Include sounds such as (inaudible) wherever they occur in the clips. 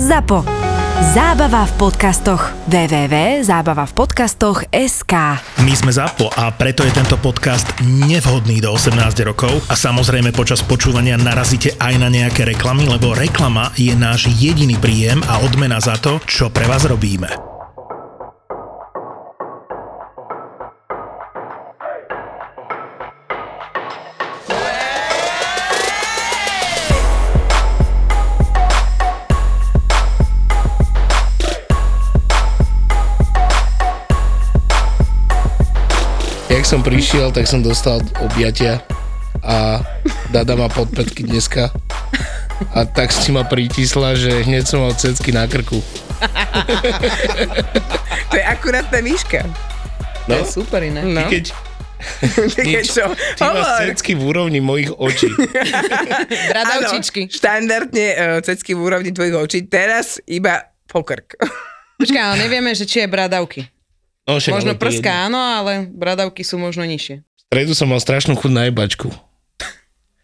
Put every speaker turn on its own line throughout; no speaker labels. ZAPO. Zábava v podcastoch. www.zábavavpodcastoch.sk
My sme ZAPO a preto je tento podcast nevhodný do 18 rokov a samozrejme počas počúvania narazíte aj na nejaké reklamy, lebo reklama je náš jediný príjem a odmena za to, čo pre vás robíme.
Jak som prišiel, tak som dostal objatia a Dada má podpätky dneska. A tak si ma pritisla, že hneď som mal cecky na krku.
To je akurát tá výška.
No,
Super iné.
No.
keď
(laughs) Také
nič.
čo?
ty máš
Hovor.
cecky v úrovni mojich očí.
Bradavčičky.
Áno, štandardne uh, cecky v úrovni tvojich očí. Teraz iba
(laughs)
pokrk.
Počkaj, ale nevieme, že či je bradavky.
No, však,
Možno
ale to je jedno.
prská, áno, ale bradavky sú možno nižšie.
V stredu som mal strašnú chuť na jebačku.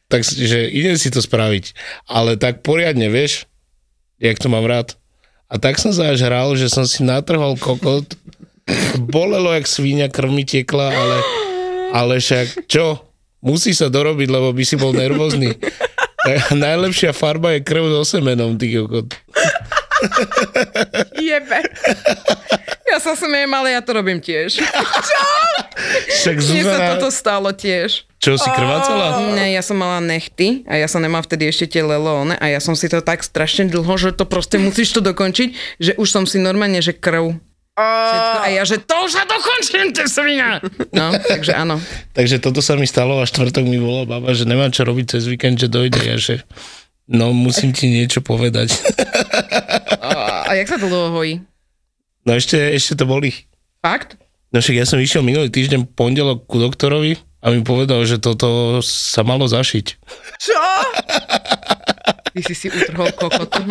Takže idem si to spraviť. Ale tak poriadne, vieš, jak to mám rád. A tak som sa až hral, že som si natrhol kokot. Bolelo, jak svíňa, krv mi tiekla, ale, ale však čo? Musí sa dorobiť, lebo by si bol nervózny. Tak Najlepšia farba je krv so semenom, ty kokot.
Jebe. Ja sa smiem, ale ja to robím tiež.
Však
Mne sa
Zuzana,
toto stalo tiež.
čo si krvácala?
Ne, ja som mala nechty a ja som nemala vtedy ešte tie lelóne a ja som si to tak strašne dlho, že to proste musíš to dokončiť, že už som si normálne, že krv. Všetko. A ja, že to už sa dokončím, ty svina! No, takže áno.
Takže toto sa mi stalo a štvrtok mi volala baba, že nemám čo robiť cez víkend, že dojde ja, že no musím ti niečo povedať. (laughs)
A, a jak sa to dlho hojí?
No ešte, ešte to boli.
Fakt?
No však ja som išiel minulý týždeň pondelok ku doktorovi a mi povedal, že toto sa malo zašiť.
Čo?
Ty si si utrhol kokotu.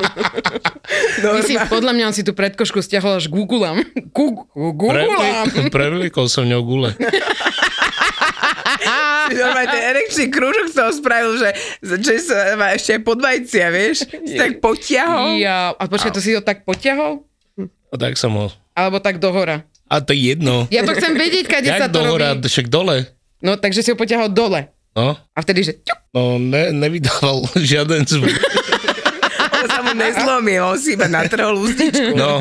Ty si,
Normálne.
podľa mňa on si tu predkošku stiahol až k gugulám. Gu- gu- Gugulám.
Prevliekol, prevliekol som ňou gule.
Normálne ten erekčný krúžok som spravil, že, že sa má ešte aj podvajcia,
(laughs)
vieš? Si tak potiahol.
Hm. Ja, a počkaj, to si ho tak potiahol?
A tak som ho.
Alebo tak dohora?
A to je jedno.
Ja to chcem vedieť, kade sa
Jak
to
dohora,
robí.
však dole.
No, takže si ho potiahol dole.
No,
A vtedy, že ťuk.
no ne, nevydával (laughs) žiaden zvuk.
On sa mu nezlomil, on si iba natrhol ústičku.
No,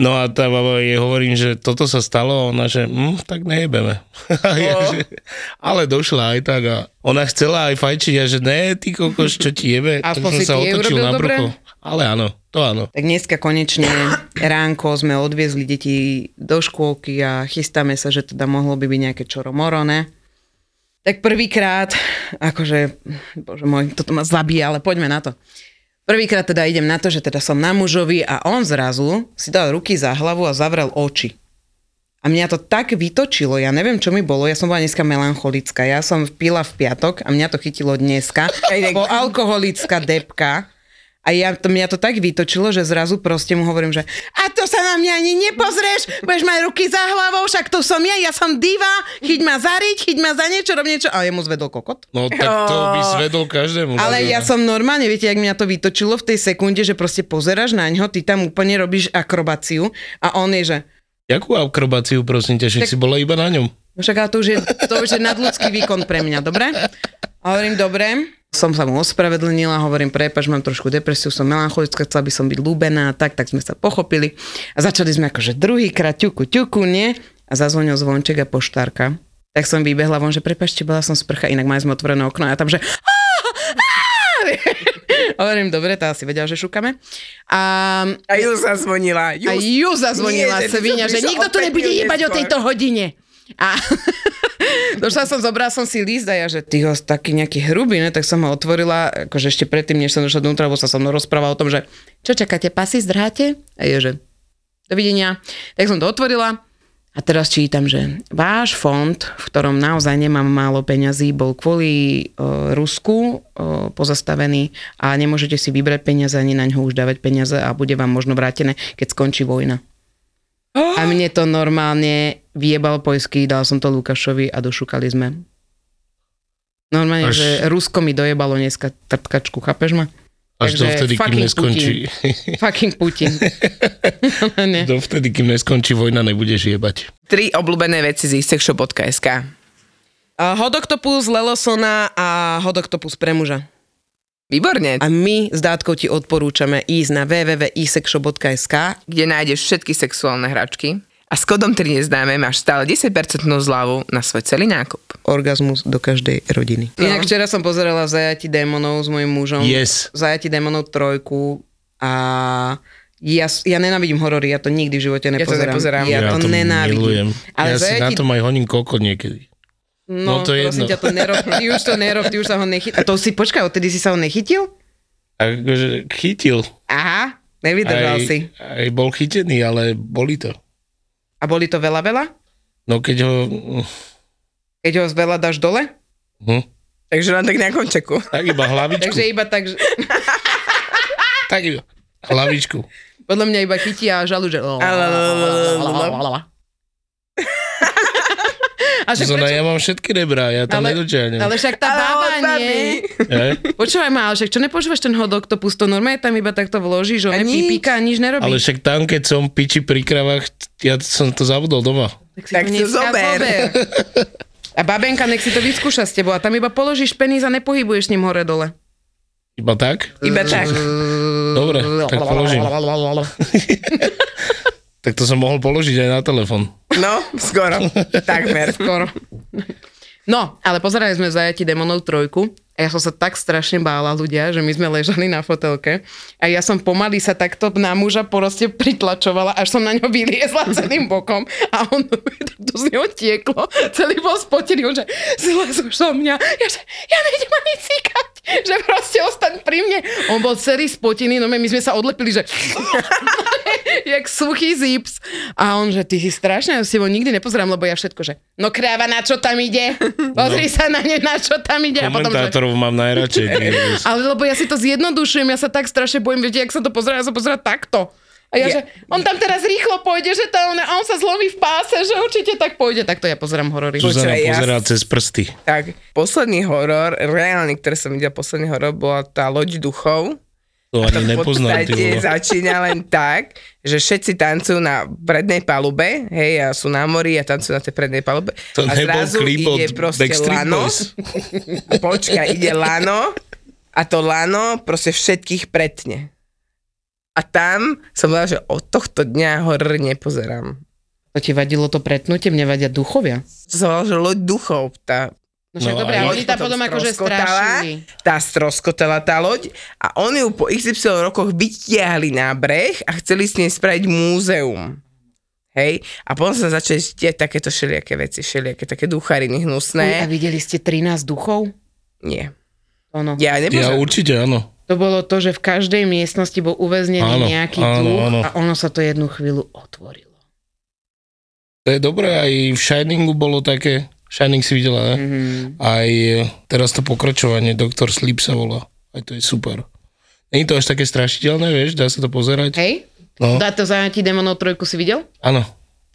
no a tá baba jej hovorím, že toto sa stalo a ona, že hm, tak nejebeme. (laughs) A ja,
No.
že, ale došla aj tak a ona chcela aj fajčiť a že ne, ty kokos, čo ti jebe.
Aspoň si ty jej urobil dobre?
Ale áno, to áno.
Tak dneska konečne ránko sme odviezli deti do škôlky a chystáme sa, že teda mohlo by byť nejaké čoromoro, ne? Tak prvýkrát, akože, bože môj, toto ma zabíja, ale poďme na to. Prvýkrát teda idem na to, že teda som na mužovi a on zrazu si dal ruky za hlavu a zavrel oči. A mňa to tak vytočilo, ja neviem, čo mi bolo, ja som bola dneska melancholická, ja som pila v piatok a mňa to chytilo dneska, ako alkoholická depka. A ja, to, mňa to tak vytočilo, že zrazu proste mu hovorím, že a to sa na mňa ani nepozrieš, budeš mať ruky za hlavou, však to som ja, ja som diva, chyť ma za riť, chyť ma za niečo, rob niečo. A jemu zvedol kokot.
No tak to by zvedol každému.
Ale ja
Zuzana.
som normálne, viete, jak mňa to vytočilo v tej sekunde, že proste pozeráš na ňo, ty tam úplne robíš akrobáciu a on je, že
Jakú akrobáciu, prosím ťa, však si bola iba na ňom.
No Však ale to už je, to už je nadľudský výkon pre mňa, dobre? A hovorím, dobre. Som sa mu ospravedlnila, hovorím, prepač, mám trošku depresiu, som melancholická, chcela by som byť ľúbená, a tak, tak sme sa pochopili. A začali sme akože druhýkrát, ťuku, ťuku, nie? A zazvonil zvonček a poštárka. Tak som vybehla von, že prepačte, bola som sprcha, inak mali sme otvorené okno a ja tam, že (laughs) hovorím, dobre, tá asi vedela, že šukame. A
A Ju sa zvonila. Ju.
a ju zazvonila
Nie, že ty
svinia,
som
že
prišla
nikto tu
opäť
nebude
ju
jebať o
neskôr.
tejto hodine. A (laughs) došla som, zobrala som si líst a ja, že ty ho taký nejaký hrubý, ne? tak som ho otvorila, akože ešte predtým, než som došla dovnútra, lebo sa so mnou rozprávala o tom, že čo čakáte, pasy zdrháte? A je, že dovidenia. Tak som to otvorila a teraz čítam, že váš fond, v ktorom naozaj nemám málo peňazí, bol kvôli e, Rusku e, pozastavený a nemôžete si vybrať peniaze ani na ňo už dávať peniaze a bude vám možno vrátené, keď skončí vojna.
(gasps)
A mne to normálne vyjebal poisky, dal som to Lukášovi a došukali sme. Normálne,
Až-
že Rusko mi dojebalo dneska trpkačku, chápeš ma?
A Až
Takže
dovtedy, kým
fucking
neskončí.
Putin. (laughs) fucking Putin. Ale nie.
(laughs) Dovtedy, kým neskončí vojna, nebudeš jebať.
Tri obľúbené veci z istexshop.sk.
A Hodoktopus, Lelosona a Hodoktopus pre muža.
Výborne,
A my s Dátkou ti odporúčame ísť na www.isexshop.sk
kde nájdeš všetky sexuálne hračky. A s kódom 3 neznáme máš stále 10% zľavu na svoj celý nákup.
orgazmus do každej rodiny. No. Inak včera som pozerala Zajati démonov s mojim mužom.
Yes.
Zajati démonov trojku a ja, s- ja nenávidím horory, ja to nikdy v živote
Ja to
nepozerám.
nepozerám.
Ja, to
milujem.
nenávidím.
Ale ja si na
Zajati-
tom aj honím koko niekedy. No,
No,
to je
prosím
jedno.
ťa, to nerob, ty už to nerob, ty už sa ho nechytil. A to si, počkaj, odtedy si sa ho nechytil?
Akože chytil.
Aha, nevydržal
aj,
si.
aj bol chytený, ale boli to.
A boli to veľa, veľa?
No keď ho...
Keď ho z veľa dáš dole?
Hm,
Takže len tak na končeku.
tak iba hlavičku.
Takže iba tak, že-
Tak iba
(laughs)
hlavičku.
podľa mňa iba chytí a žalú, že... A že
Zuzana, ja mám všetky rebra, ja tam
Ale-
nedočiahnem.
Ale však tá baba
(laughs)
nie.
Je?
Počúvaj ma, ale však čo nepožívaš ten hodok, to pusto normálne tam iba takto vložíš, on
A nič.
nepípika a nič nerobí.
Ale však tam, keď som piči pri kravách, ja som to zabudol doma.
si
tak
to
si
dneska
zober.
A babenka nech si to vyskúša s tebou a tam iba položíš peníz a nepohybuješ s ním hore dole.
Iba tak?
Iba tak.
Dobre, tak položím. (laughs) Tak to som mohol položiť aj na telefon.
No,
(laughs)
skoro. Takmer.
Skoro. No, ale pozerali sme zajati demonov trojku a ja som sa tak strašne bála ľudia, že my sme ležali na fotelke a ja som pomaly sa takto na muža proste pritlačovala, až som na ňo vyliezla celým bokom a on (laughs) to z neho tieklo, celý bol spotený, on že zlez už so mňa, ja, že, ja nejdem ani cíkať, (laughs) že proste ostaň pri mne. On bol celý spotený, no my sme sa odlepili, že (laughs) jak suchý zips. A on, že ty si strašne, ja si ho nikdy nepozerám, lebo ja všetko, že no kráva, na čo tam
(laughs)
ide? Pozri no. sa na ne, na čo tam ide. A potom, že,
Komentátorov mám najradšej.
(laughs)
ale lebo ja si to zjednodušujem, ja sa tak strašne bojím, viete, jak sa to pozerá, ja sa pozerá takto. A ja,
Ja-
že on tam teraz rýchlo pôjde, že to, on, a on sa zlomí v páse, že určite tak pôjde. Takto ja pozerám horory.
Zuzana
Počkaj, ja-
pozerá cez prsty.
Tak, posledný horor, reálne, ktorý som videl, posledný horor bola tá loď duchov. (laughs)
To
To
ani
v
nepoznám. ty
podstate
vole.
začína len tak, že všetci tancujú na prednej palube, hej, a sú na mori a tancujú na tej prednej palube.
To
a
nebol
zrazu
klip od
ide proste
Backstreet
lano,
Boys.
a počkaj, ide lano a to lano proste všetkých pretne. A tam som povedala, že od tohto dňa horor nepozerám.
To ti vadilo to pretnutie, mne vadia duchovia.
To sa volalo, že loď duchov, tá
No však
No, a
dobre, a
loď
oni tam potom akože strašili.
tá stroskotala tá loď a oni ju po XY rokoch vytiahli na breh a chceli s nej spraviť múzeum. Hej? A potom sa začali diať takéto všelijaké veci, všelijaké také duchariny
A
hnusné.
videli ste 13 duchov?
Nie.
Ono.
Ja
Ja
nepozerám.
určite áno.
To bolo to, že v každej miestnosti bol uväznený
Áno,
nejaký
áno,
duch
áno.
a ono sa to jednu chvíľu otvorilo.
To je dobré, aj v Shiningu bolo také. Shining si videla, ne?
Mm-hmm.
Aj e, teraz to pokračovanie, Doktor Sleep sa volá. Aj to je super. Není to až také strašidelné, vieš, dá sa to pozerať.
Hej?
No.
Dá to zajatí demonov trojku si videl?
Áno,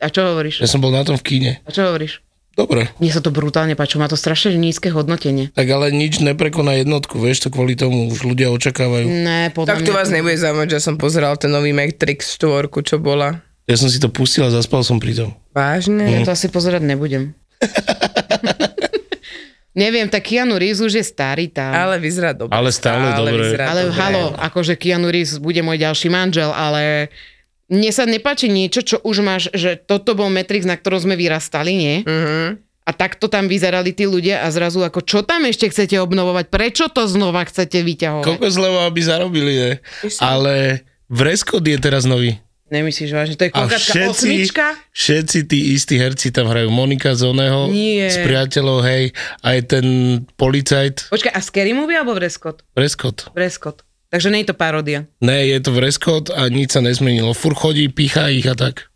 A čo hovoríš?
ja som bol na tom v kíne.
A čo hovoríš?
Dobre.
Mne sa to brutálne páčilo, má to strašne nízke hodnotenie.
Tak ale nič neprekoná jednotku, vieš, to kvôli tomu už ľudia očakávajú.
Ne, podľa
Tak to
mňa
vás nebude zaujímať, že som pozeral ten nový Matrix 4, čo bola.
Ja som si to pustil a zaspal som pri tom.
Ja
Mhm.
Vážne?
No.
to asi pozerať
(laughs)
nebudem. Neviem, tak Keanu Reeves už je starý tam.
Ale
Ale,
vyzerá dobre.
Ale stále dobre.
vyzerá
ale
dobre.
halo, akože Keanu Reeves bude môj ďalší manžel, ale mne sa nepáči niečo, čo už máš, že toto bol Matrix, na ktorom sme vyrastali, nie?
Mhm.
A takto tam vyzerali tí ľudia a zrazu ako, čo tam ešte chcete obnovovať? Prečo to znova chcete vyťahovať?
Koľko zleva, aby zarobili, ne? Ale Vreskot je teraz nový.
Nemyslíš vážne, to je
A
koľkatka
všetci,
osmička?
všetci tí istí herci tam hrajú. Monika Zoného,
Nie.
s priateľov, hej, aj ten policajt
Počkaj, a Scary Movie alebo Vreskot?
Vreskot.
Vreskot. Takže nie je to paródia.
Ne, je to Vreskot a nič sa nezmenilo. Fur chodí, pícha ich a tak.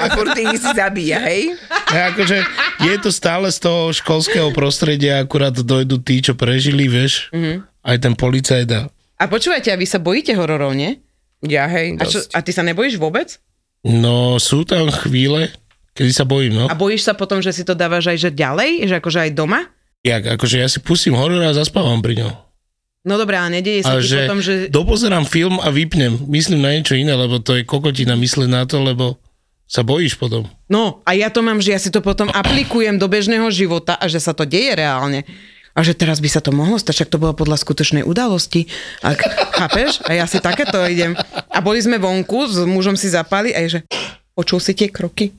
A furt ich si zabíja, hej?
Ja, akože, je to stále z toho školského prostredia, akurát dojdú tí, čo prežili, vieš.
Mhm.
Aj ten policajt a...
A počúvajte, a vy sa bojíte hororov, nie?
Ja, hej,
A, čo,
dosť.
a ty sa nebojíš vôbec?
No, sú tam chvíle, kedy sa bojím, no.
A bojíš sa potom, že si to dávaš aj že ďalej? Že akože aj doma?
Jak, akože ja si pustím horor a zaspávam pri ňom.
No dobré, ale nedieje sa
A
ti
že,
potom, že...
dopozerám film a vypnem. Myslím na niečo iné, lebo to je kokotina mysle na to, lebo sa bojíš potom.
No a ja to mám, že ja si to potom aplikujem do bežného života a že sa to deje reálne. A že teraz by sa to mohlo stať, však to bolo podľa skutočnej udalosti. A, chápeš? A ja si takéto idem. A boli sme vonku, s mužom si zapali a je, že počul si tie kroky?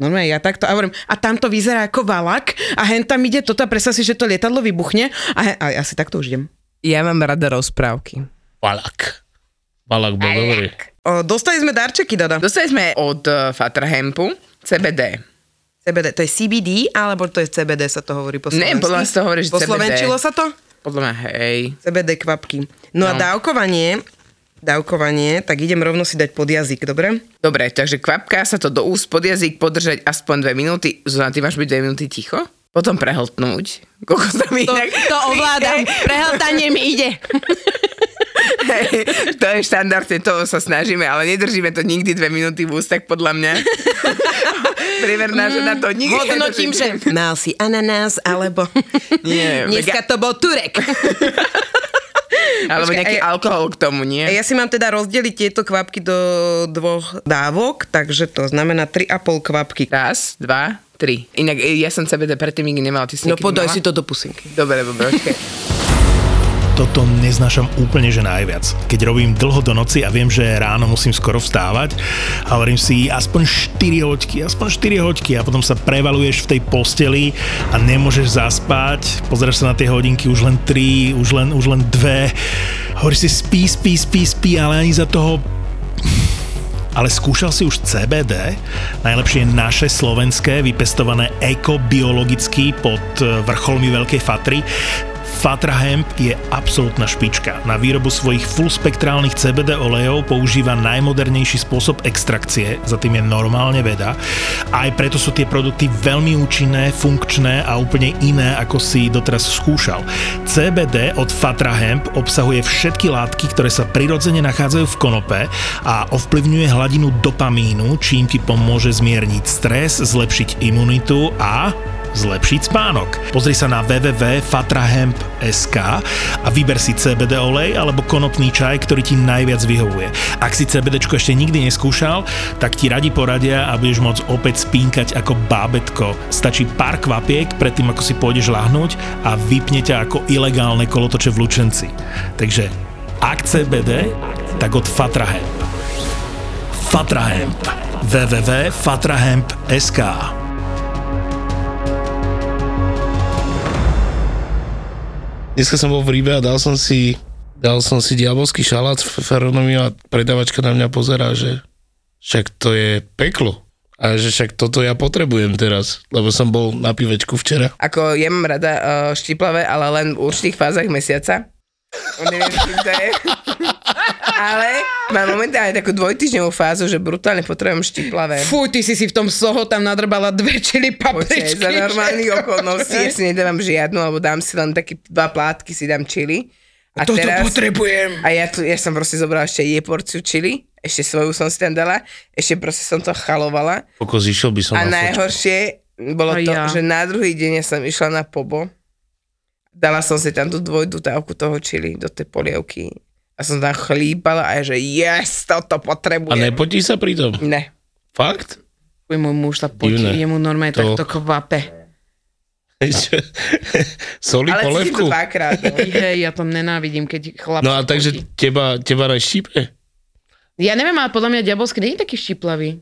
Normálne ja takto a hovorím, a tam to vyzerá ako valak a hen tam ide toto a predstav si, že to lietadlo vybuchne a, he- a ja si takto už idem.
Ja mám rada rozprávky.
Balak. Balak bol dobrý.
O, dostali sme darčeky, Dada.
Dostali sme od eh, Fatrahempu CBD.
CBD, to je CBD, alebo to je CBD, sa to hovorí po
Ne,
slovensky?
podľa mňa sa to hovorí, že CBD.
Poslovenčilo sa to?
Podľa mňa, hej.
CBD kvapky. No, no. a dávkovanie, dávkovanie, tak idem rovno si dať pod jazyk, dobre?
Dobre, takže kvapká sa to do úst pod jazyk, podržať aspoň dve minúty. Zuzana, ty máš byť dve minúty ticho? Potom prehltnúť. Koľko tam
To,
inak...
to
(laughs)
ovládam, prehltanie mi ide.
Hej, to je štandardne, toho sa snažíme, ale nedržíme to nikdy dve minúty v ústach, podľa
(laughs)
mňa. Priemerná žena to nikdy...
Hodnotím,
nedrží.
Mm, že mal si ananás, alebo
Nie,
dneska to bol turek.
Alebo
Počkaj,
nejaký
a ja-
alkohol k tomu, nie?
Ja si mám teda rozdeliť tieto kvapky do dvoch dávok, takže to znamená 3,5 kvapky.
Raz, dva, tri. Inak e, ja som CBD predtým nikdy nemala, ty si niekedy mala?
No to do pusinky.
Dobre, dobre, počkaj.
Toto neznášam úplne, že najviac. Keď robím dlho do noci a viem, že ráno musím skoro vstávať a hovorím si aspoň 4 hoďky, aspoň 4 hoďky a potom sa prevaluješ v tej posteli a nemôžeš zaspať, pozeráš sa na tie hodinky už len 3, už len, už len 2. Hovoríš si spí, spí, spí, spí, ale ani za toho ale skúšal si už CBD? Najlepšie naše slovenské, vypestované ekobiologicky pod e, vrcholmi Veľkej Fatry. Fatra Hemp je absolútna špička. Na výrobu svojich fullspektrálnych CBD olejov používa najmodernejší spôsob extrakcie, za tým je normálne veda. Aj preto sú tie produkty veľmi účinné, funkčné a úplne iné, ako si doteraz skúšal. CBD od Fatra Hemp obsahuje všetky látky, ktoré sa prirodzene nachádzajú v konope a ovplyvňuje hladinu dopamínu, čím ti pomôže zmierniť stres, zlepšiť imunitu a zlepšiť spánok. Pozri sa na www.fatrahemp.sk a vyber si CBD olej alebo konopný čaj, ktorý ti najviac vyhovuje. Ak si CBD ešte nikdy neskúšal, tak ti radi poradia a budeš môcť opäť spínkať ako bábetko. Stačí pár kvapiek predtým, ako si pôjdeš lahnúť a vypne ťa ako ilegálne kolotoče v Lučenci. Takže ak CBD, tak od Fatrahemp. Fatrahemp. www.fatrahemp.sk
Dneska som bol v Ríbe a dal som si, dal som si diabolský šalát s feronomi a predavačka na mňa pozerá, že však to je peklo. A že však toto ja potrebujem teraz, lebo som bol na pivečku včera.
Ako ja mám rada uh, štiplavé, ale len v určitých fázach mesiaca. Neviem, čím to
(laughs)
je. ale mám momentálne takú dvojtyžňovú fázu, že brutálne potrebujem štiplavé.
Fú, ty si si v tom soho tam nadrbala dve čili
Počkaj,
papričky.
za
(laughs)
normálnych okolností ja si nedávam žiadnu, alebo dám si len také dva plátky, si dám čili. A
Toto potrebujem.
A ja, tu, ja som proste zobrala ešte jej porciu čili, ešte svoju som si tam dala, ešte proste som to chalovala.
Pokos išiel by som na
A
fotku.
najhoršie bolo
A
to,
ja.
že na druhý deň ja som išla na pobo. Dala som si tam tú dvojdú dávku toho čili do tej polievky. A som tam chlípala a ja, že yes,
A
toto potrebujem.
nepotí sa pritom?
Ne.
Fakt? (laughs)
Fuj, môj muž sa potí,
Divné.
jemu normálne
To-
takto kvape.
Soli
Ale cítim to
polevku?
dvakrát. no.
Hej, ja to nenávidím, keď chlap
No a
sa potí.
takže teba, teba aj štípe?
Ja neviem, ale podľa mňa diabolský nie je taký štiplavý.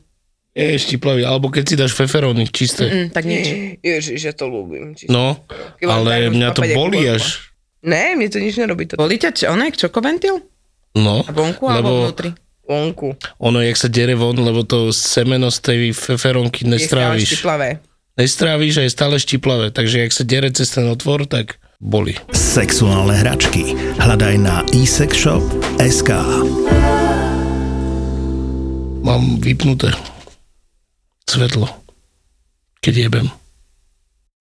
Je štiplavý. Alebo keď si dáš feferóny čisté.
Mm, tak nič.
Ježiš, ja to ľúbim. Čiže...
No,
Keď vám
ale
dajú
mňa to
papať ako
bolí
korba.
až.
Ne, mne to nič nerobí to
Boli ťa onek čokoventil?
No,
A vonku alebo
lebo
vnútri?
vonku.
ono, jak sa dere von, lebo to semeno z tej feferónky
Je stále
nestráviš.
štiplavé.
Nestráviš a je stále štiplavé, takže jak sa dere cez ten otvor, tak boli.
Sexuálne hračky hľadaj na eSexShop.sk
Mám vypnuté svetlo, keď jebem.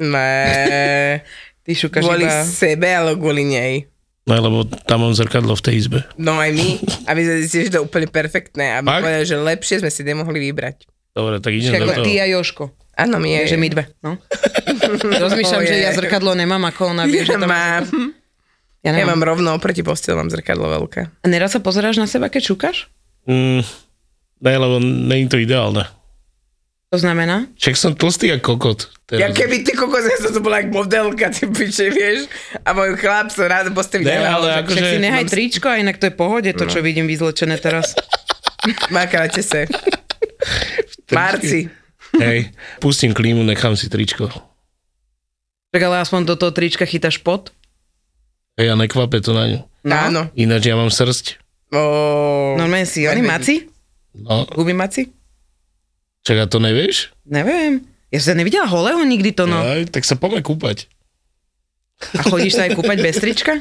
Ne,
Ty šukaš
kvôli
iba...
sebe alebo kvôli nej.
No lebo tam mám zrkadlo v tej izbe.
No aj my. A my sme zistili, že to je úplne perfektné. A my
Fakt?
povedali, že lepšie sme si nemohli vybrať.
Dobre, tak idem
Však
do toho.
ty a Joško.
Áno, my je.
Takže
(laughs)
my dve. No. (laughs) Rozmýšľam,
Oh,
že
je.
ja zrkadlo nemám, ako ona vie, že
Ja
tam...
mám. Ja
Ja nemám.
mám rovno oproti postele, mám zrkadlo veľké.
A neraz sa pozeráš na seba, keď šúkaš?
Mm, ne, lebo není to ideálne.
To znamená?
Však som tlstý ako kokot.
Ja keby ty kokos, ja som to bola jak modelka, ty piče, vieš? A môj chlap som rád postaví.
Ne, ale
Však si
akože...
nehaj tričko a inak to je pohode,
No.
to, čo vidím vyzlečené teraz.
Mákajte sa. Marci.
(laughs) Hej, pustím klímu, nechám si tričko.
Tak ale aspoň do toho trička chytáš pot.
Hej, a nekvape to na ňu.
No.
Áno.
Ináč ja mám srst.
Ó,
Normálne si, oni maci?
No,
Huby maci?
čak a to nevieš?
Neviem. Ja som sa nevidela holého nikdy to, no.
Aj, tak sa poďme kúpať. (laughs)
A chodíš sa aj kúpať bez trička?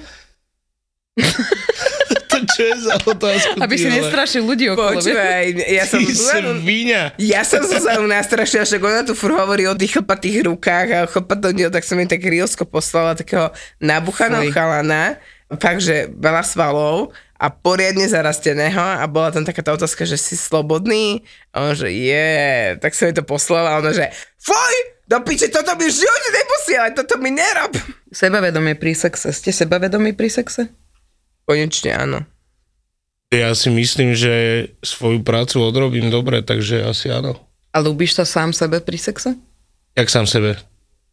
To čo je za otázku?
Aby si nestrašil ľudí okolo. vieš?
Počúvaj, ja som...
Ty svinia.
Ja som sa za nastrašila, však ona tu fur hovorí o tých chlpatých rukách a chlpatom diel, tak som jej tak rílsko poslala takého nabuchaného
Fuj.
chalana, fakt, že veľa svalov a poriadne zarasteného a bola tam taká tá otázka, že si slobodný a on, že je, tak som jej to poslala a ona, že fuj, do piče, toto mi v živote neposielaj, toto mi nerob.
Sebavedomie pri sexe. Ste sebavedomí pri sexe?
Konečne áno.
Ja si myslím, že svoju prácu odrobím dobre, takže asi áno.
A ľúbiš sa sám sebe pri sexe?
Jak sám sebe.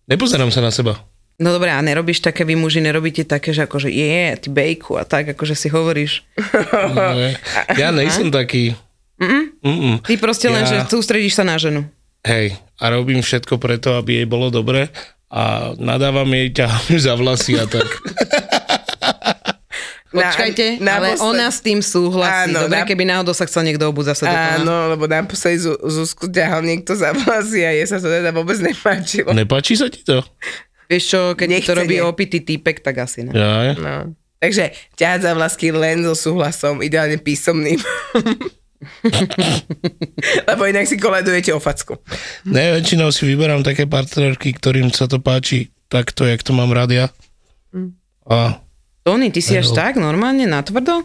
Nepozerám sa na seba.
No dobré, a nerobíš také, vy muži nerobíte také, že akože je, ty bejku a tak, akože si hovoríš.
Ne. No, Ja nejsem taký. Mm-mm.
Ty proste len,
Ja-
že sústredíš sa na ženu.
Hej, a robím všetko preto, aby jej bolo dobre a nadávam jej, ťahám ju za vlasy a
(laughs)
tak.
Na-
Počkajte, na, ale
naposled-
ona s tým súhlasí.
Áno,
Áno, Dobre,
na-
keby náhodou sa chcel niekto obúť zase do toho. no.
Áno, lebo naposledy Zu- Zuzku ťahal niekto za vlasy a jej sa to teda vôbec nepáčilo.
Nepáči sa ti to?
Vieš čo, keď ti to
Nechce,
robí
nie.
opitý týpek, tak asi ne.
Ja,
No. Takže ťahať za vlasky len so súhlasom, ideálne písomným. Lebo inak si koledujete o facku.
Ne, väčšinou si vyberám také partnerky, ktorým sa to páči takto, jak to mám rád ja.
Mm.
A
Tony, ty si až
Hello.
tak normálne natvrdo?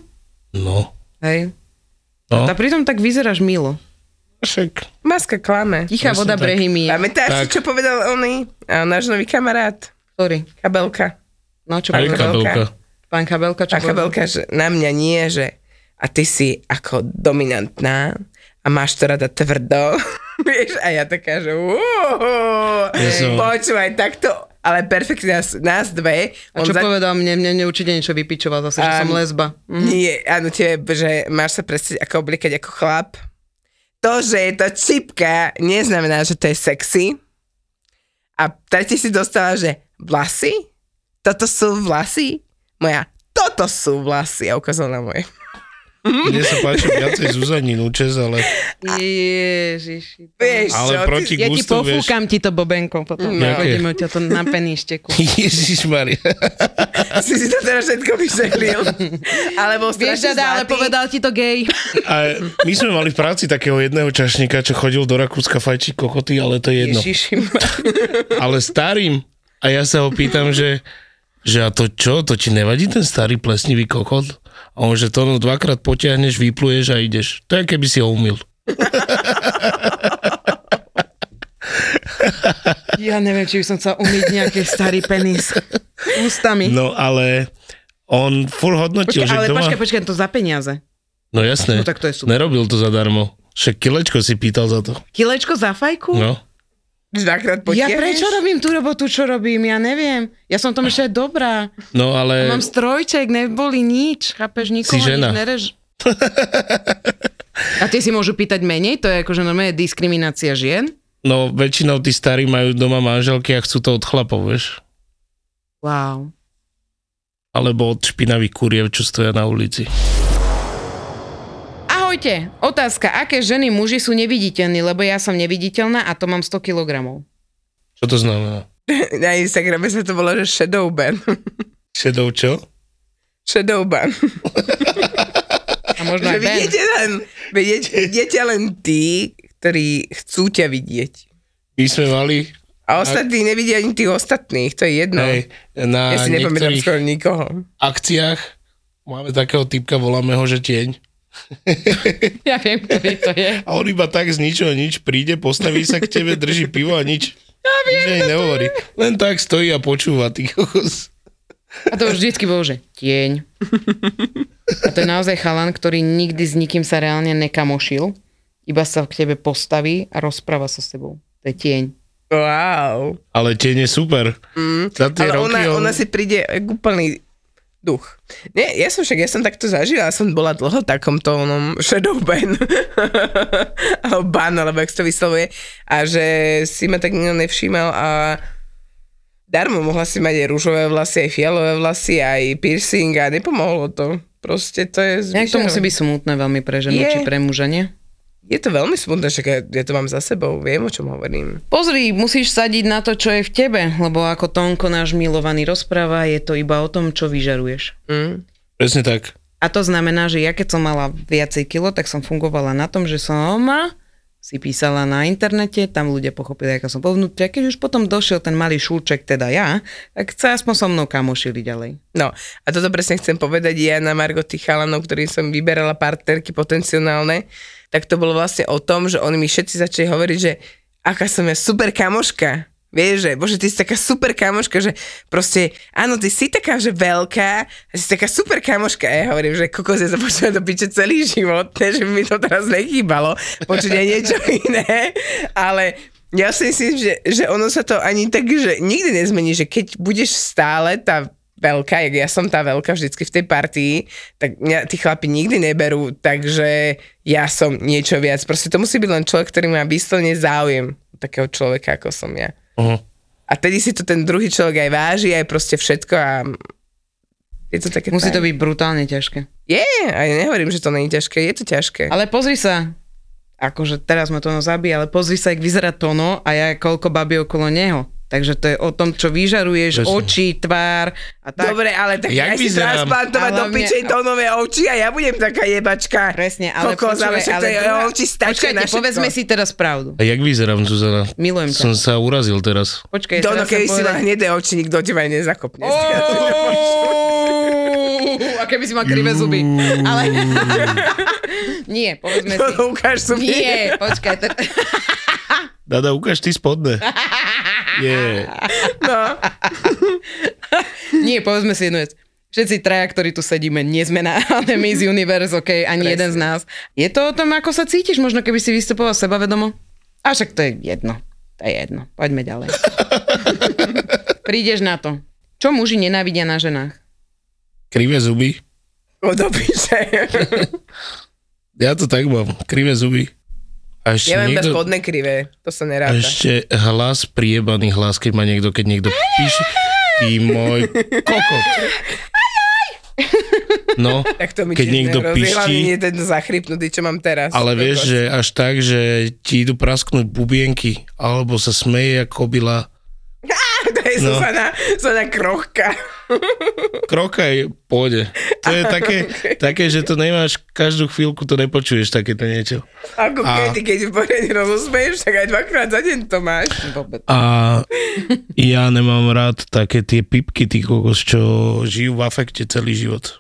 no,
Hej.
no,
A pritom tak vyzeráš milo.
však.
Maska klame.
Tichá
Presne
voda
tak.
brehy mi.
Pamätáš si,
Tak.
čo povedal oný? A náš nový kamarát.
Sorry.
Kabelka.
No čo
Aj
povedal?
kabelka.
Pán Kabelka, čo
A kabelka, že na mňa nie, že a ty si ako dominantná a máš to rada tvrdo. (laughs) Vieš, a ja taká, že uuuu,
Ja som-
počúvaj, takto, ale perfektne nás, nás dve.
A čo povedal mne? Mne, mne určite niečo vypičoval zase, že
Áno.
som lesba. Mhm.
Nie, áno, tie, že máš sa prestať ako obliekať ako chlap. To, že je to čipka, neznamená, že to je sexy. A tretí si dostala, že vlasy? Toto sú vlasy? Moja, toto sú vlasy. A ukázala na
(laughs)
moje.
Mne sa páči viacej Zuzanin účes, ale,
Ježiši.
Vieš
ale
čo,
proti
Ja ti
gustu, vieš. (laughs)
pofúkam ti to bobenko potom.
No.
Chodíme ťa to na
(laughs)
peníšteku.
Ježišmaria.
Ty, si si to teraz všetko
(laughs)
vyželil. Alebo
Vieš,
strašne
Dada, ale
zlatý.
povedal ti to gej.
A my sme mali v práci takého jedného čašníka, čo chodil do Rakúska fajčiť kokoty, ale to je jedno.
(laughs) Ježiši.
Ale starým. A ja sa ho pýtam, že, že a to čo, to ti nevadí ten starý plesnivý kokot? A on, že to no dvakrát potiahneš, vypluješ a ideš. To je keby si ho umil.
Ja neviem, či by som chcel umyť nejaký starý penis. Ústami.
No ale on fur hodnotil,
Počkaj,
že
ale
kto má...
počkaj, počkaj, to za peniaze.
No jasné,
No tak to je super.
nerobil to zadarmo. Však kilečko si pýtal za to.
Kilečko za fajku?
No.
Dvakrát
Ja
potiahneš?
prečo robím tú robotu, čo robím? Ja neviem. Ja som tom ešte aj dobrá.
No ale...
Mám strojček, neboli nič. Chápeš,
Si
nikoho
žena.
nič nerež. A tie si môžu pýtať menej? To je akože normálne diskriminácia žien?
No väčšinou tí starí majú doma manželky a chcú to od chlapov, vieš?
Wow.
Alebo od špinavých kuriev, čo stoja na ulici.
Ahojte, otázka, aké ženy muži sú neviditeľní, lebo ja som neviditeľná a to mám 100 kg.
Čo to znamená?
Na Instagrame sa to volá, že shadow ban. (laughs)
Šedou čo?
Shadow ban.
A možno
Že
aj Ben.
vidíte len, vidíte,
(laughs)
vidíte len tí, ktorí chcú ťa vidieť.
My sme mali
A ostatní nevidia ani tých ostatných, to je jedno.
no. hej, na
ja si nepamätám
niektorých
skoro nikoho.
akciách, máme takého typka, voláme ho, že tieň.
Ja viem, ktorý to je.
A on iba tak z ničoho nič príde, postaví sa k tebe, drží pivo a nič. Ja viem, nič ani nehovorí. Len tak stojí a počúva, ty kokos.
A to už vždycky bolo, že tieň. A to je naozaj chalan, ktorý nikdy s nikým sa reálne nekamošil, iba sa k tebe postaví a rozpráva sa s tebou. To je tieň.
Wow.
Ale tieň je super. Mm, Za tie
Ale
roky
ona,
on...
ona si príde jak úplný duch. Nie, ja som však, ja som takto zažila, ja som bola dlho v takomto onom shadow ban. (laughs) alebo ban, alebo jak sa to vyslovuje. A že si ma tak nikto nevšímal a darmo mohla si mať aj rúžové vlasy, aj fialové vlasy, aj piercing a nepomohlo to. Proste to je...
Nejak to musí byť smutné veľmi pre ženu
Je.
či pre muža, nie?
Je to veľmi smutné, že ja, ja to mám za sebou, viem o čom hovorím.
Pozri, musíš sadiť na to, čo je v tebe, lebo ako Tonko náš milovaný rozpráva, je to iba o tom, čo vyžaruješ.
Mm.
Presne tak.
A to znamená, že ja keď som mala viacej kilo, tak som fungovala na tom, že som si písala na internete, tam ľudia pochopili, aká som vo vnútri. A keď už potom došiel ten malý šúček, teda ja, tak sa aspoň so mnou kamošili ďalej.
No, a toto presne chcem povedať ja na Margo tých chalanov, ktorým som vyberala partnerky potenciálne, tak to bolo vlastne o tom, že oni mi všetci začali hovoriť, že aká som ja super kamoška. Vieš, že bože, ty si taká super kamoška, že proste, áno, ty si taká, že veľká, a si taká super kamoška. A ja hovorím, že kokos, ja sa počujem do piče celý život, ne, že by mi to teraz nechýbalo, počuť aj niečo (laughs) iné, ale ja si myslím, že, že ono sa to ani tak, že nikdy nezmení, že keď budeš stále tá veľká, jak ja som tá veľká vždycky v tej partii, tak mňa tí chlapi nikdy neberú, takže ja som niečo viac. Proste to musí byť len človek, ktorý má výslovne záujem o takého človeka, ako som ja.
Uh-huh.
A tedy si to ten druhý človek aj váži, aj proste všetko a je to také
Musí to
fajn.
byť brutálne ťažké.
Je, a ja nehovorím, že to není ťažké, je to ťažké.
Ale pozri sa, akože teraz ma Tono zabije, ale pozri sa, jak vyzerá Tono a ja koľko babí okolo neho. Takže to je o tom, čo vyžaruješ,
Presne.
oči, tvár a tak.
Dobre, ale tak
Jak
ja si
vyzerám?
transplantovať
Ale
do
mne-
pičej tónové oči a ja budem taká jebačka.
Presne, ale
Kokos, ale však to je
druhá-
oči stačia
Počkajte,
na všetko.
povedzme si teraz pravdu.
A jak vyzerám, Zuzana?
Milujem ťa.
Som sa urazil teraz.
Počkaj,
Dono,
teraz
keby
chcem
si mal
povedať-
hnedé oči, nikto teba aj nezakopne. (laughs)
Ouuu, A keby si mal krivé zuby.
(laughs)
Ale... (laughs) Nie, povedzme
(laughs)
si.
Dono, ukáž sú (laughs)
Nie, počkaj. To...
Dada, ukáž ty spodné.
(laughs)
Je.
No,
Nie, povedzme si jednu vec. Všetci traja, ktorí tu sedíme, nie sme na (laughs) Miss Universe, OK, ani jeden z nás. Je to o tom, ako sa cítiš, možno keby si vystupoval sebavedomo? A však to je jedno. To je jedno. Poďme (laughs) ďalej. Prídeš na to. Čo muži nenávidia na ženách?
Krivé zuby.
odopíše.
Ja to tak mám. Krivé zuby. A ešte,
Ja mám iba
niekto,
spodné krivé, to
a
sa neráta.
ešte hlas, priebaný hlas, keď má niekto, keď niekto píše. Ty môj kokot. No,
(laughs) Tak to mi
keď
tiež
niekto
nehrozí, hlavne
piští,
nie ten zachrypnutý, čo mám teraz.
ale vieš, že až tak, že ti idú prasknúť bubienky, alebo sa smeje ako byla.
To je
no.
Zuzana, Zuzana Krochka.
Kroka je pôjde. To
(laughs)
je také, také, že to nemáš, každú chvíľku to nepočuješ takéto niečo.
Ako
A-
keď, keď v poriadne rozosmeješ, tak aj dvakrát za deň to máš.
Vôbec.
(laughs)
A ja nemám rád také tie pipky, tí kokos, čo žijú v afekte celý život.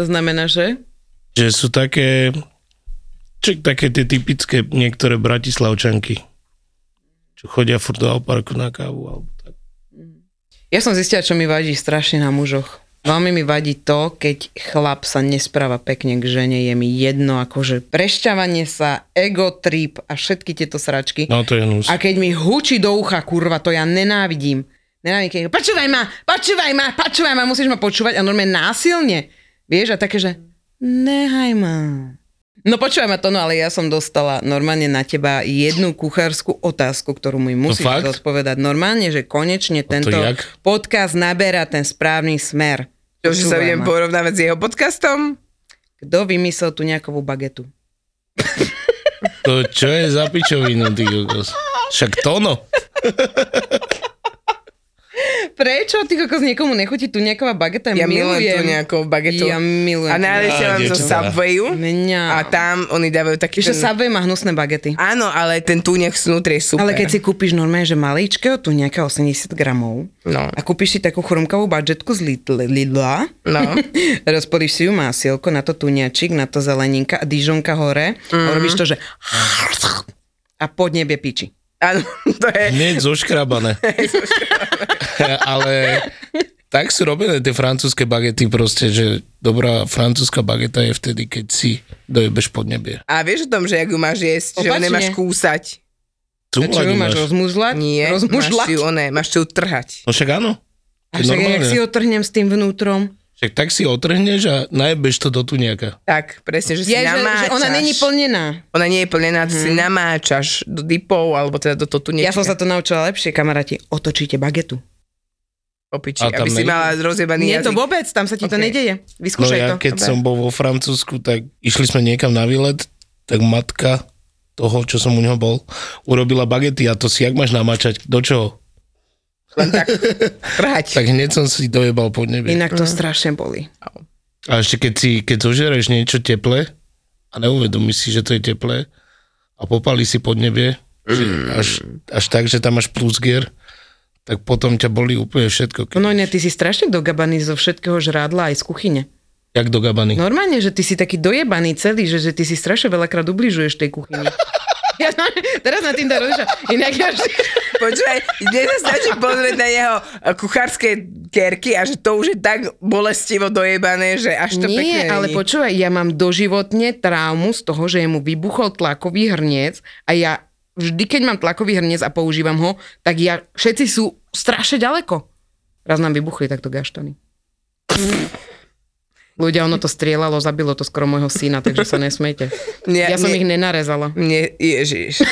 To znamená, že?
Že sú také, čo, také tie typické niektoré bratislavčanky, čo chodia furt do parku na kávu. Alebo tak.
Ja som zistila, čo mi vadí strašne na mužoch. Veľmi mi vadí to, keď chlap sa nespráva pekne k žene, je mi jedno, akože prešťavanie sa, ego trip a všetky tieto sračky.
No to je hnus.
A keď mi hučí do ucha, kurva, to ja nenávidím. Nenávidím, keď počúvaj ma, počúvaj ma, počúvaj ma, musíš ma počúvať a normálne násilne. Vieš, a také, že nehaj ma. No počúvaj ma to, no ale ja som dostala normálne na teba jednu kuchárskú otázku, ktorú mi musíš
No fakt?
zodpovedať. Normálne, že konečne
to
tento
jak?
podcast naberá ten správny smer.
Čo, že sa
Počúvaj
budem
ma.
porovnávať s jeho podcastom?
Kto vymyslel tú nejakovú bagetu?
To čo je za pičovinu, ty kokos? Však tono.
Prečo? Ty kokos niekomu nechutí tu nejaková bageta?
Ja milujem tú
milujem.
nejakú bagetu.
Ja milujem.
A najlepšie
Ja,
mám zo
dievčatá.
Subwayu.
Mňam.
A tam oni dávajú taký
Vieš,
ten...
Hm. že Subway má hnusné bagety.
Áno, ale ten túňak vnútri je super.
Ale keď si kúpiš normálne, že maličkého tu nejaká 80 gramov
No,
a kúpiš si takú chrumkavú budžetku z Lidl- Lidla,
no.
(laughs) rozpolíš si ju másielko, na to tuniačik, na to zeleninka a dižonka hore a
Mhm.
robíš to, že a pod nebie piči.
Áno, to je...
Hneď zoškrabané. (laughs) Ale tak sú robené tie francúzske bagety proste, že dobrá francúzska bageta je vtedy, keď si dojebeš pod nebie.
A vieš o tom, že ak ju máš jesť, že ju
Opačne.
nemáš kúsať.
A čo ju máš rozmuzľať?
Nie, máš
Rozmuzľať?
si ju, oné, máš si ju trhať.
No však áno.
A
To je
však ja, jak
normálne.
si otrhnem s tým vnútrom.
Však tak si otrhneš a najebeš to do tuniaka.
Tak, presne, že si
Ja, že, že
namáčaš.
ona není plnená.
Ona nie je plnená, ty si namáčaš do dipov, alebo teda do totu
Ja som sa to naučila lepšie, kamaráti. Otočíte bagetu.
Opiči,
A tam
aby si
není-
mala rozjebaný
Nie to
jazyk.
vôbec, tam sa ti to
Ok.
nedeje.
No
Vyskúšaj
ja
to.
keď som bol vo Francúzsku, tak išli sme niekam na výlet, tak matka toho, čo som u neho bol, urobila bagety a to si jak máš namačať, do čoho?
Len tak trhať.
Tak hneď som si dojebal pod nebie.
Inak to strašne boli.
A ešte keď si, keď zožereš niečo teplé a neuvedomíš si, že to je teplé a popali si pod nebie, že až, až tak, že tam máš plusgier, tak potom ťa boli úplne všetko. Keď,
No ne, ty si strašne dogabaný zo všetkého žrádla aj z kuchyne.
jak do gabany. No.
Normálne, že ty si taký dojebaný celý, že, že ty si strašne veľakrát ubližuješ tej kuchyni. (laughs) Ja, teraz na tým tá rozliša. Inak ja vždy...
Počúvaj, dnes sa stačí pozrieť na jeho e, kuchárske kerky a že to už je tak bolestivo dojebané, že až to pekne
Nie, ale
není.
počúvaj, ja mám doživotne traumu z toho, že mu vybuchol tlakový hrniec a ja vždy, keď mám tlakový hrniec a používam ho, tak ja, všetci sú strašne ďaleko. Raz nám vybuchli takto gaštany. Ľudia, ono to strieľalo, zabilo to skoro môjho syna, takže sa nesmejte.
(laughs) Nie,
Ja, ja som
nie.
ich nenarezala.
Mne, ježiš.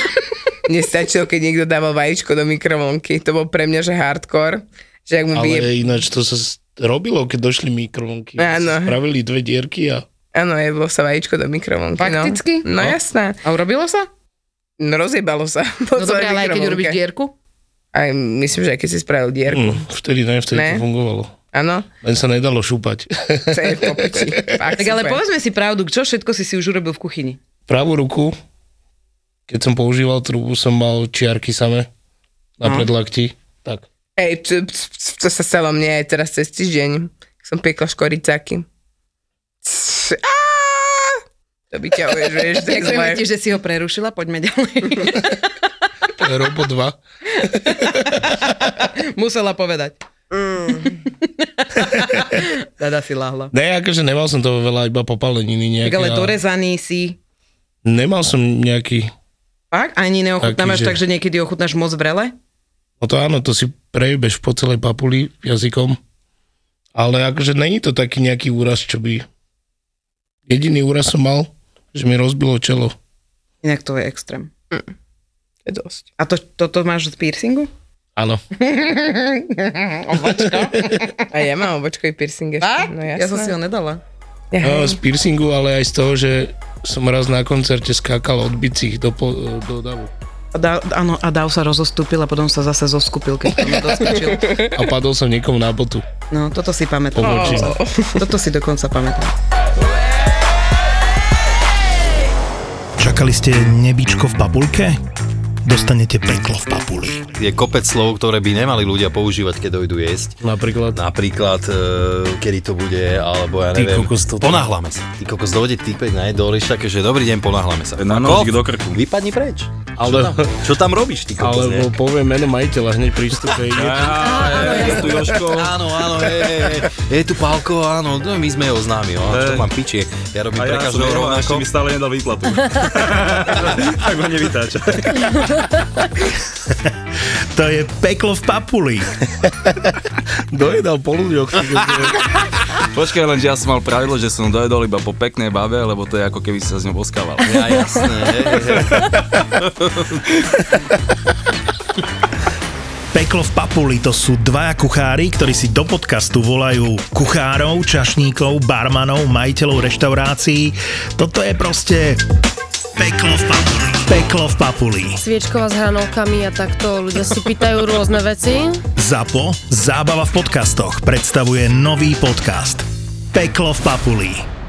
Mne stačilo, keď niekto dával vajíčko do mikrovlnky. To bol pre mňa, že hardcore. Že ak mu vyje...
Ale ináč to sa s- robilo, keď došli mikrovlnky.
Áno.
Spravili dve dierky a
Áno, jeblo sa vajíčko do mikrovlnky.
Fakticky?
No, no jasná.
A urobilo sa?
No rozjebalo sa. (laughs)
No dobre, ale aj keď urobíš dierku?
Aj, myslím, že aj keď si spravil dierku.
mm, vtedy ne, vtedy
Ne?
ne? to fungovalo.
Áno?
Len sa nedalo šúpať.
To je v popiči.
(laughs)
Fakt,
Tak ale
super.
povedzme si pravdu, čo všetko si si už urobil v kuchyni?
Pravú ruku, keď som používal trubu, som mal čiarky same na
No.
predlakti. Tak.
Hej, to, to sa stalo mne aj teraz cez týždeň. Som piekla škoricáky. Cs, á! To by ťa vieš,
(laughs)
vieš, to je
Ďakujeme
zlé.
ti, že si ho prerušila, poďme ďalej.
To je Robo 2.
Musela povedať. Mm. (laughs) Dada si lahla.
Ne, akože nemal som toho veľa, iba popáleniny nejaké.
Tak ale
a
dorezaný si.
Nemal som nejaký,
Fakt? Ani
Taký,
neochutnávaš
že-
tak, že niekedy ochutnáš moc vrele?
no to áno, to si prejebeš po celej papuli jazykom, ale akože není to taký nejaký úraz, čo by... Jediný úraz som mal, že mi rozbilo čelo.
Inak to je extrém.
To je dosť.
A to, toto máš z piercingu?
Áno.
A ja mám obočkový piercing ešte. No
ja som
jasné.
si ho nedala.
No, z piercingu, ale aj z toho, že som raz na koncerte skákal od bicích do, po, do davu.
A da, áno, a Dav sa rozostúpil a potom sa zase zoskupil, keď to (laughs) doskočil.
A padol som niekomu na botu.
No, toto si pamätám.
Pomoči.
Toto si dokonca pamätám.
Čakali ste nebičko v papulke? Dostanete peklo v papuli.
Je kopec slov, ktoré by nemali ľudia používať, keď dojdú jesť.
Napríklad.
Napríklad, e, kedy to bude, alebo ja
Ty
neviem.
kokos, toto.
Ponáhlame sa. Ty kokos, dojde týpek na jedol, ešte také, že dobrý deň, ponáhlame sa.
Na
Ako?
nožík do krku.
Vypadni preč.
Ale-
čo, tam, čo tam robíš, ty kokos,
Alebo
ne?
poviem meno majiteľa hneď prístupe.
(laughs)
Áno, je tu Joško.
Áno, áno, je, je, je, je tu Pálko, áno, no, my sme jeho známi, áno, čo
Hej.
mám pičie, ja robím
A
pre
ja som
každého
jeho a
rovnako.
ešte mi stále nedal výplatu. tak ma nevytáča.
To je peklo v papuli.
Dojedal polúďok.
Počkaj len, že ja som mal pravidlo, že som dojedol iba po peknej bave, lebo to je ako keby si sa s ňou boskával.
Ja, jasné, hej, hej.
Peklo v papuli to sú dvaja kuchári, ktorí si do podcastu volajú kuchárov, čašníkov, barmanov, majiteľov reštaurácií. Toto je proste peklo v papuli. Peklo v papuli.
sviečkova s hranolkami a takto. Ľudia si pýtajú rôzne veci.
ZAPO, zábava v podcastoch, predstavuje nový podcast. Peklo v papuli.